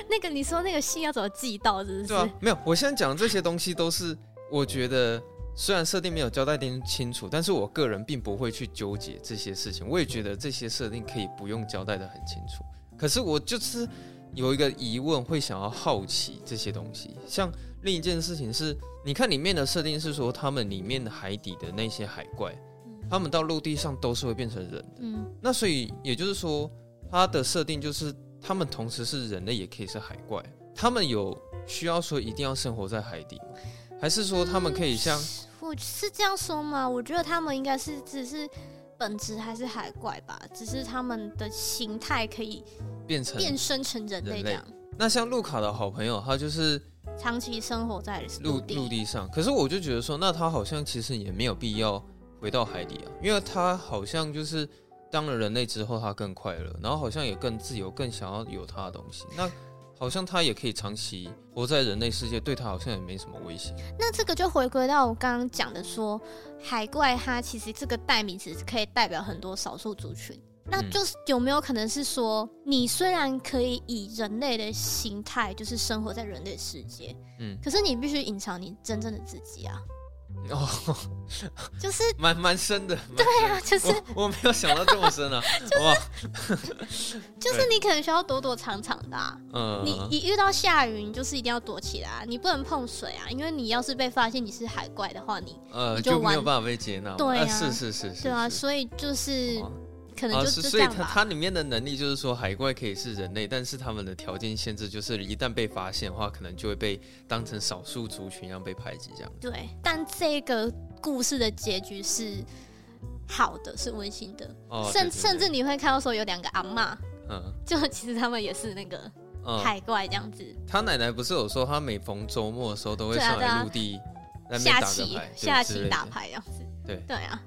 Speaker 1: 那个你说那个信要怎么寄到，是不是？
Speaker 2: 对啊，没有，我现在讲的这些东西都是我觉得虽然设定没有交代得清楚，但是我个人并不会去纠结这些事情。我也觉得这些设定可以不用交代的很清楚。可是我就是有一个疑问，会想要好奇这些东西。像另一件事情是，你看里面的设定是说，他们里面的海底的那些海怪，他们到陆地上都是会变成人。
Speaker 1: 嗯，
Speaker 2: 那所以也就是说，它的设定就是他们同时是人类，也可以是海怪。他们有需要说一定要生活在海底吗？还是说他们可以像
Speaker 1: 我我是这样说吗？我觉得他们应该是只是本质还是海怪吧，只是他们的形态可以
Speaker 2: 变成
Speaker 1: 变身成人类
Speaker 2: 人类
Speaker 1: 这样，
Speaker 2: 那像路卡的好朋友，他就是
Speaker 1: 长期生活在
Speaker 2: 陆
Speaker 1: 地。
Speaker 2: 陆地上，可是我就觉得说，那他好像其实也没有必要回到海里啊，因为他好像就是当了人类之后，他更快乐，然后好像也更自由，更想要有他的东西。那好像他也可以长期活在人类世界，对他好像也没什么威胁。
Speaker 1: 那这个就回归到我刚刚讲的说，海怪它其实这个代名词可以代表很多少数族群。那
Speaker 2: 嗯
Speaker 1: 就是有没有可能是说，你虽然可以以人类的形态，就是生活在人类世界，
Speaker 2: [LAUGHS] 嗯，
Speaker 1: 可是你必须隐藏你真正的自己啊！
Speaker 2: 哦，
Speaker 1: 就是 [LAUGHS]
Speaker 2: 蛮蛮深的。对
Speaker 1: 啊，就是
Speaker 2: 我我没有想到这么深啊，哇，
Speaker 1: 就是你可能需要躲躲藏藏的、啊。
Speaker 2: 嗯，
Speaker 1: 你一遇到下雨，你就是一定要躲起来啊，你不能碰水啊，因为你要是被发现你是海怪的话，你
Speaker 2: 呃
Speaker 1: 你就
Speaker 2: 就没有
Speaker 1: 玩
Speaker 2: 办法被接纳嘛。
Speaker 1: 对啊
Speaker 2: 呃是是是是，
Speaker 1: 对啊，
Speaker 2: 是
Speaker 1: 所以就是
Speaker 2: 哇
Speaker 1: 可能
Speaker 2: 啊，，
Speaker 1: 就是是
Speaker 2: 所
Speaker 1: 这
Speaker 2: 以
Speaker 1: 样
Speaker 2: 它
Speaker 1: 吧。
Speaker 2: 它里面的能力就是说，海怪可以是人类，但是他们的条件限制就是，一旦被发现的话，可能就会被当成少数族群一样被排挤这样。
Speaker 1: 对，但这个故事的结局是好的，是温馨的，
Speaker 2: 哦，
Speaker 1: 甚
Speaker 2: 对对
Speaker 1: 甚至
Speaker 2: 对
Speaker 1: 你会看到说有两个阿嬷，
Speaker 2: 嗯
Speaker 1: 就其实他们也是那个
Speaker 2: 嗯，
Speaker 1: 海怪这样子，
Speaker 2: 他奶奶不是有说，他每逢周末的时候都会
Speaker 1: 对啊
Speaker 2: 上
Speaker 1: 对啊
Speaker 2: 来陆地那边
Speaker 1: 下
Speaker 2: 打个
Speaker 1: 棋
Speaker 2: 牌，对
Speaker 1: 下
Speaker 2: 之类
Speaker 1: 棋
Speaker 2: 的
Speaker 1: 打牌这样子。
Speaker 2: 对
Speaker 1: 对啊，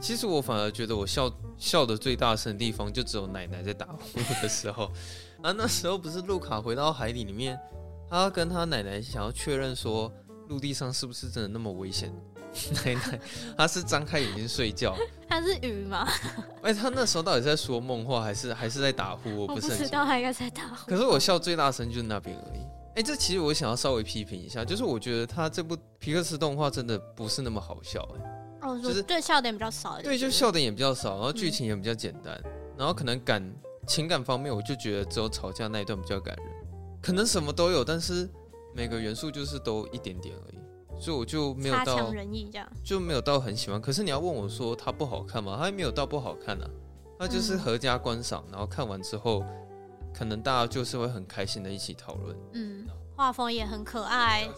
Speaker 2: 其实我反而觉得我笑笑的最大声的地方，就只有奶奶在打呼的时候 [LAUGHS] 啊。那时候不是路卡回到海里里面，他要跟他奶奶想要确认说，陆地上是不是真的那么危险？ [LAUGHS] 奶奶，她是张开眼睛睡觉。
Speaker 1: 它是鱼吗？
Speaker 2: 哎、她那时候到底在说梦话，还是还是在打呼？我
Speaker 1: 我
Speaker 2: 不
Speaker 1: 不
Speaker 2: 是很清
Speaker 1: 知
Speaker 2: 楚。
Speaker 1: 道它应该在打呼。
Speaker 2: 可是我笑最大声就是那边而已。哎、这其实我想要稍微批评一下，就是我觉得他这部皮克斯动画真的不是那么好笑、哎。
Speaker 1: 哦，
Speaker 2: 就是
Speaker 1: 对笑点比较少一点。
Speaker 2: 对，就笑点也比较少，然后剧
Speaker 1: 嗯
Speaker 2: 情也比较简单，然后可能感情感方面，我就觉得只有吵架那一段比较感人，可能什么都有，但是每个元素就是都一点点而已，所以我就没有
Speaker 1: 差强
Speaker 2: 到
Speaker 1: 人意这样。
Speaker 2: 就没有到很喜欢。可是你要问我说它不好看吗？它也没有到不好看啊，它就是
Speaker 1: 嗯
Speaker 2: 合家观赏，然后看完之后，可能大家就是会很开心的一起讨论。
Speaker 1: 嗯，画风也很可爱，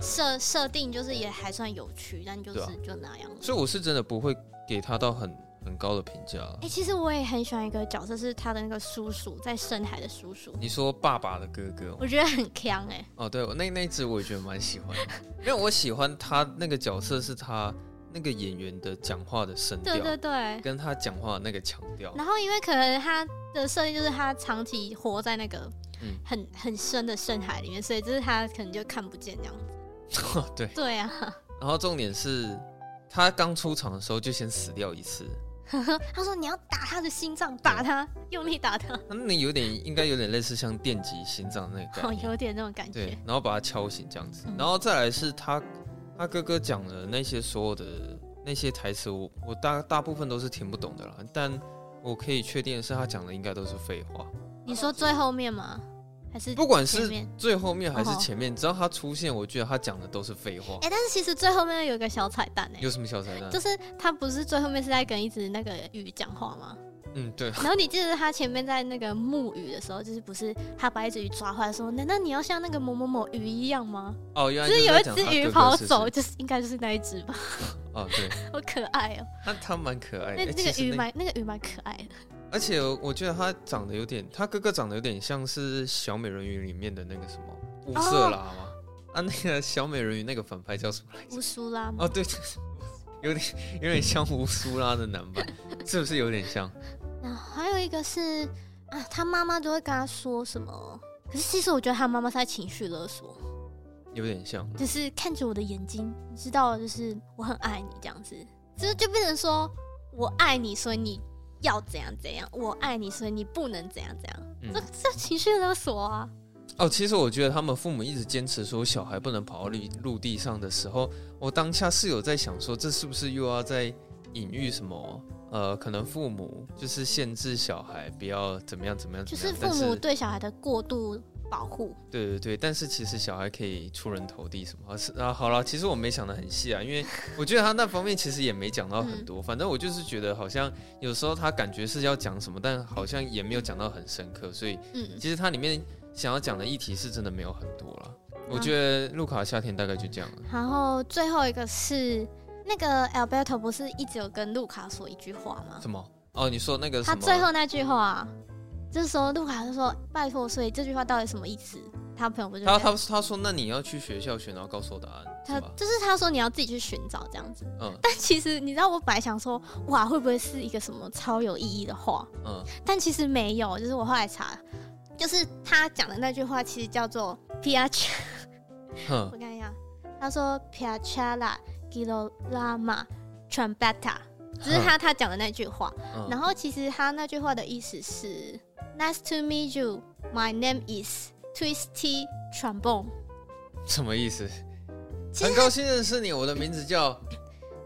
Speaker 1: 设设定就是也还算有趣，但就是、
Speaker 2: 对啊
Speaker 1: 就那样。
Speaker 2: 所以我是真的不会给它到很很高的评价啊。
Speaker 1: 哎、其实我也很喜欢一个角色，是他的那个叔叔，在深海的叔叔，
Speaker 2: 你说爸爸的哥哦哥吗
Speaker 1: 我觉得很强哎、
Speaker 2: 哦，对，我那那一只我也觉得蛮喜欢的，因为我喜欢他那个角色是他那个演员的讲话的声调，
Speaker 1: 对对对。
Speaker 2: 跟他讲话的那个腔调，
Speaker 1: 然后因为可能他的设定就是他长期活在那个
Speaker 2: 嗯
Speaker 1: 很很深的深海里面，所以就是他可能就看不见这样子。
Speaker 2: [LAUGHS] 对。
Speaker 1: 对啊，
Speaker 2: 然后重点是他刚出场的时候就先死掉一次，
Speaker 1: [LAUGHS] 他说你要打他的心脏，打他，用力打他，
Speaker 2: 那那有点应该有点类似像电击心脏那个概
Speaker 1: 哦，
Speaker 2: 念，
Speaker 1: 有点那种感
Speaker 2: 对
Speaker 1: 觉。，
Speaker 2: 然后把他敲醒这样子
Speaker 1: 嗯。
Speaker 2: 然后再来是他他哥哥讲的那些所有的那些台词，我我大大部分都是听不懂的啦，但我可以确定的是他讲的应该都是废话。
Speaker 1: 你说最后面吗？还是
Speaker 2: 不管
Speaker 1: 前
Speaker 2: 是
Speaker 1: 面？
Speaker 2: 最后面还是
Speaker 1: 哦
Speaker 2: 前面，只要他出现，我觉得他讲的都是废话
Speaker 1: 哎、。但是其实最后面有一个小彩蛋哎、
Speaker 2: 有什么小彩蛋
Speaker 1: 就？是他不是最后面是在跟一只那个鱼讲话吗？
Speaker 2: 嗯，对，
Speaker 1: 然后你记得他前面在那个木鱼的时候，就是不是他把一只鱼抓回来说，难道你要像那个某某某鱼一样吗？
Speaker 2: 哦，原
Speaker 1: 就
Speaker 2: 来
Speaker 1: 是
Speaker 2: 是
Speaker 1: 有
Speaker 2: 在
Speaker 1: 一
Speaker 2: 讲
Speaker 1: 只
Speaker 2: 他
Speaker 1: 鱼
Speaker 2: 哥哥
Speaker 1: 跑
Speaker 2: 是不是
Speaker 1: 走，就是应该就是那一只吧， [LAUGHS]
Speaker 2: 哦，对，
Speaker 1: 好可爱哦、
Speaker 2: 他他蛮可爱的。
Speaker 1: 那
Speaker 2: 哎
Speaker 1: 那
Speaker 2: 其
Speaker 1: 个
Speaker 2: 实
Speaker 1: 鱼蛮那个鱼蛮可爱的，
Speaker 2: 而且我觉得他长得有点，他哥哥长得有点像是小美人鱼里面的那个什么乌瑟
Speaker 1: 哦
Speaker 2: 拉嘛。啊，那个小美人鱼那个反派叫什么来着？
Speaker 1: 乌苏拉吗？
Speaker 2: 哦，对，对 [LAUGHS] 对有点有点像乌苏拉的男版，是不是有点像？
Speaker 1: 然后还有一个是啊，他妈妈都会跟他说什么？可是其实我觉得他妈妈是在情绪勒索，
Speaker 2: 有点像。
Speaker 1: 就是看着我的眼睛，你知道，就是我很爱你这样子，这就变成说我爱你，所以你要怎样怎样；我爱你，所以你不能怎样怎样。
Speaker 2: 嗯
Speaker 1: 这这情绪勒索啊！
Speaker 2: 哦，其实我觉得他们父母一直坚持说小孩不能跑到陆陆地上的时候，我当下是有在想说，这是不是又要在隐喻什么？呃，可能父母就是限制小孩不要怎么样怎么样
Speaker 1: 就
Speaker 2: 怎么
Speaker 1: 是
Speaker 2: 样，
Speaker 1: 父
Speaker 2: 但
Speaker 1: 母
Speaker 2: 是
Speaker 1: 对小孩的过度保护。
Speaker 2: 对对对，但是其实小孩可以出人头地什么啊是啊，好了，其实我没想的很细啊，因为我觉得他那方面其实也没讲到
Speaker 1: 嗯
Speaker 2: 很多，反正我就是觉得好像有时候他感觉是要讲什么，但好像也没有讲到很深刻，所以
Speaker 1: 嗯，
Speaker 2: 其实它里面想要讲的议题是真的没有很多了。
Speaker 1: 嗯
Speaker 2: 我觉得路卡夏天大概就这样了。
Speaker 1: 然后最后一个是那个 Alberto 不是一直有跟卢卡说一句话吗？
Speaker 2: 什么？哦，你说那个什
Speaker 1: 他
Speaker 2: 么？
Speaker 1: 最后那句话、啊，就是说卢卡就说：“拜托，所以这句话到底什么意思？”他朋友不就
Speaker 2: 他
Speaker 1: 跟
Speaker 2: 他他说，那你要去学校学，然后告诉我答案，
Speaker 1: 他
Speaker 2: 是吧？
Speaker 1: 就是他说你要自己去寻找这样子。
Speaker 2: 嗯
Speaker 1: 但其实你知道，我本来想说，哇，会不会是一个什么超有意义的话？
Speaker 2: 嗯，
Speaker 1: 但其实没有，就是我后来查，就是他讲的那句话其实叫做 “piach”。
Speaker 2: 哼
Speaker 1: 我看一下，他说 “piachala gilolama trombetta”，只是他他讲的那句话。然
Speaker 2: 嗯，
Speaker 1: 后其实他那句话的意思是 “Nice to meet you, my name is Twisty Trombone”。
Speaker 2: 什么意思？
Speaker 1: 其
Speaker 2: 很
Speaker 1: 实
Speaker 2: 高兴认识你，我的名字叫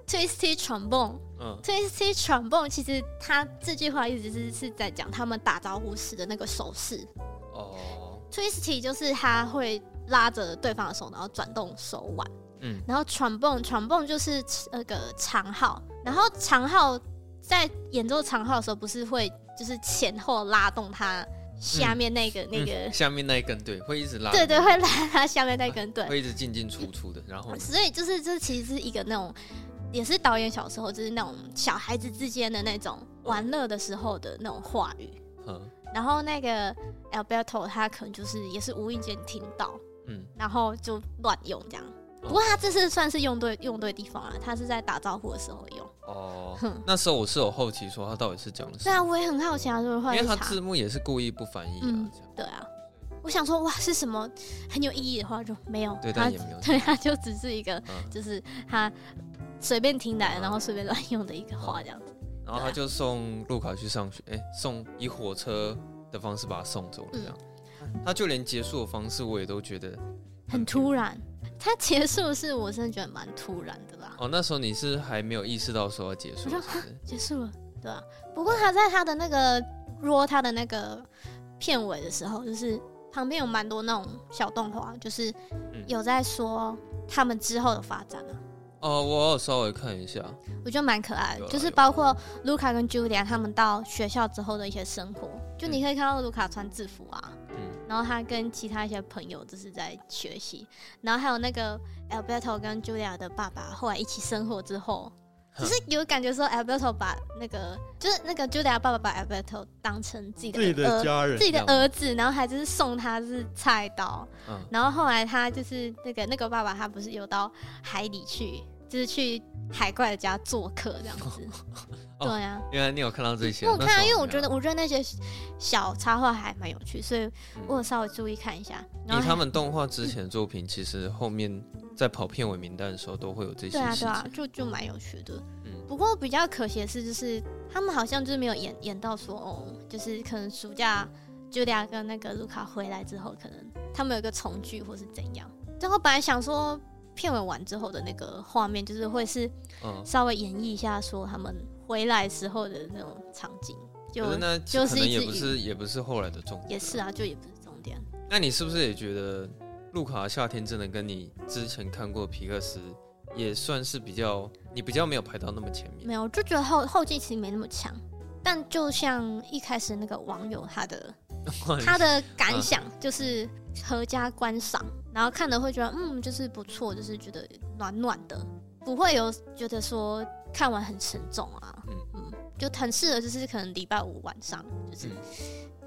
Speaker 1: Twisty Trombone
Speaker 2: 嗯
Speaker 1: Twisty Trombone，其实他这句话一直是是在讲他们打招呼时的那个手势。
Speaker 2: 哦
Speaker 1: Twisty 就是他会拉着对方的手，然后转动手腕。
Speaker 2: 嗯
Speaker 1: 然后 trombone trombone 就是那个长号，然后长号在演奏长号的时候，不是会就是前后拉动它下面那个、那个
Speaker 2: 嗯，下面那一根对，会一直
Speaker 1: [LAUGHS]
Speaker 2: 拉，
Speaker 1: 对对，会拉它下面那根对。
Speaker 2: 会一直进进出出的，然后呢
Speaker 1: 所以就是这其实是一个那种，也是导演小时候就是那种小孩子之间的那种玩乐的时候的那种话语。
Speaker 2: 嗯
Speaker 1: 然后那个 Alberto 他可能就是也是无意间听到，
Speaker 2: 嗯
Speaker 1: 然后就乱用这样。
Speaker 2: 哦
Speaker 1: 不过他这次算是用对用对地方了，他是在打招呼的时候用。
Speaker 2: 哦
Speaker 1: 哼，
Speaker 2: 那时候我是有后期说他到底是讲了什
Speaker 1: 对啊，我也很好奇啊，就是
Speaker 2: 么，
Speaker 1: 换
Speaker 2: 因为他
Speaker 1: 查
Speaker 2: 字幕也是故意不翻译啊
Speaker 1: 嗯，
Speaker 2: 这样
Speaker 1: 对啊，我想说哇是什么很有意义的话就没有，
Speaker 2: 对，
Speaker 1: 他
Speaker 2: 但也没有讲，
Speaker 1: [LAUGHS] 对他就只是一个
Speaker 2: 嗯
Speaker 1: 就是他随便听来
Speaker 2: 嗯
Speaker 1: 然后随便乱用的一个话这样子。
Speaker 2: 然后他就送路卡去上学，哎，送以火车的方式把他送走了，这样，他就连结束的方式我也都觉得
Speaker 1: 嗯很突然。它结束是我真的觉得蛮突然的啦，
Speaker 2: 哦，那时候你是还没有意识到说要结束，
Speaker 1: 我说
Speaker 2: 是不是
Speaker 1: 结束了，对啊。不过他在他的那个 raw 他的那个片尾的时候，就是旁边有蛮多那种小动画，就是
Speaker 2: 嗯
Speaker 1: 有在说他们之后的发展啊，
Speaker 2: 哦，我有稍微看一下，
Speaker 1: 我觉得蛮可爱
Speaker 2: 有
Speaker 1: 的。
Speaker 2: 啊
Speaker 1: 就是包括卢卡跟 Julia 他们到学校之后的一些生活，就你可以看到卢卡穿制服啊，
Speaker 2: 嗯
Speaker 1: 然后他跟其他一些朋友就是在学习，然后还有那个 Alberto 跟 Julia 的爸爸后来一起生活之后，
Speaker 2: 哼
Speaker 1: 就是有感觉说 Alberto 把那个就是那个 Julia 爸爸把 Alberto 当成自己的
Speaker 3: 自己的
Speaker 1: 儿
Speaker 3: 家人
Speaker 1: 自己的
Speaker 2: 这样
Speaker 1: 儿子，然后还就是送他是菜刀，
Speaker 2: 嗯
Speaker 1: 然后后来他就是那个那个爸爸他不是有到海里去，就是去海怪的家做客这样子，
Speaker 2: [LAUGHS] 哦
Speaker 1: 对呀、啊。
Speaker 2: 原来你有看到这些，
Speaker 1: 因为我
Speaker 2: 那
Speaker 1: 看
Speaker 2: 时
Speaker 1: 啊，
Speaker 2: 候
Speaker 1: 因为我
Speaker 2: 没有
Speaker 1: 觉得我觉得那些小插画还蛮有趣，所以
Speaker 2: 嗯
Speaker 1: 我有稍微注意看一下。然后
Speaker 2: 以
Speaker 1: 还
Speaker 2: 他们动画之前的作品，其实后面在跑片尾名单的时候都会有这些
Speaker 1: 对啊
Speaker 2: 细节。
Speaker 1: 对啊，就就蛮有趣的。
Speaker 2: 嗯，
Speaker 1: 不过比较可惜的是，就是他们好像就是没有演演到说哦，就是可能暑假 Julia 跟那个卢卡回来之后，可能他们有一个重聚或是怎样。最后本来想说片尾完之后的那个画面，就是会是
Speaker 2: 嗯，
Speaker 1: 稍微演绎一下说他们回来时候的那种场景，就
Speaker 2: 可是那
Speaker 1: 就
Speaker 2: 可
Speaker 1: 是
Speaker 2: 能
Speaker 1: 一
Speaker 2: 也
Speaker 1: 只
Speaker 2: 不
Speaker 1: 鱼
Speaker 2: 是也不是后来的重点。
Speaker 1: 也是。啊，就也不是重点。
Speaker 2: 那你是不是也觉得路卡的夏天真的跟你之前看过皮克斯也算是比较，你比较没有排到那么前面？ [LAUGHS]
Speaker 1: 没有，我就觉得后后劲其实没那么强。但就像一开始那个网友他的他的
Speaker 2: 嗯
Speaker 1: 感想就是合家观赏，然后看了会觉得嗯，就是不错，就是觉得暖暖的，不会有觉得说看完很沉重啊。
Speaker 2: 嗯
Speaker 1: 嗯就很适合就是可能礼拜五晚上就是
Speaker 2: 嗯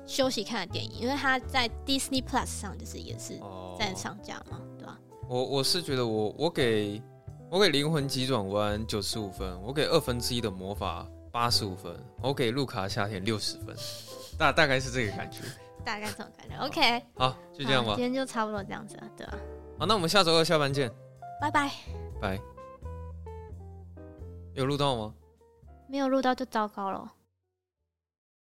Speaker 1: 休息看的电影，因为它在 Disney Plus 上就是也是
Speaker 2: 哦
Speaker 1: 在上架嘛，对吧？
Speaker 2: 我我是觉得我我给我给灵魂急转弯九十五分，我给二分之一的魔法八十五分，我给路卡夏天六十分，大大概是这个感觉。
Speaker 1: 大概这种感觉。OK，
Speaker 2: 好，就这样
Speaker 1: 好
Speaker 2: 吧
Speaker 1: 今。天就差不多这样子了，对吧？
Speaker 2: 好，那我们下周二下班见，
Speaker 1: 拜拜。
Speaker 2: 拜。有录到吗？
Speaker 1: 没有录到就糟糕了。哦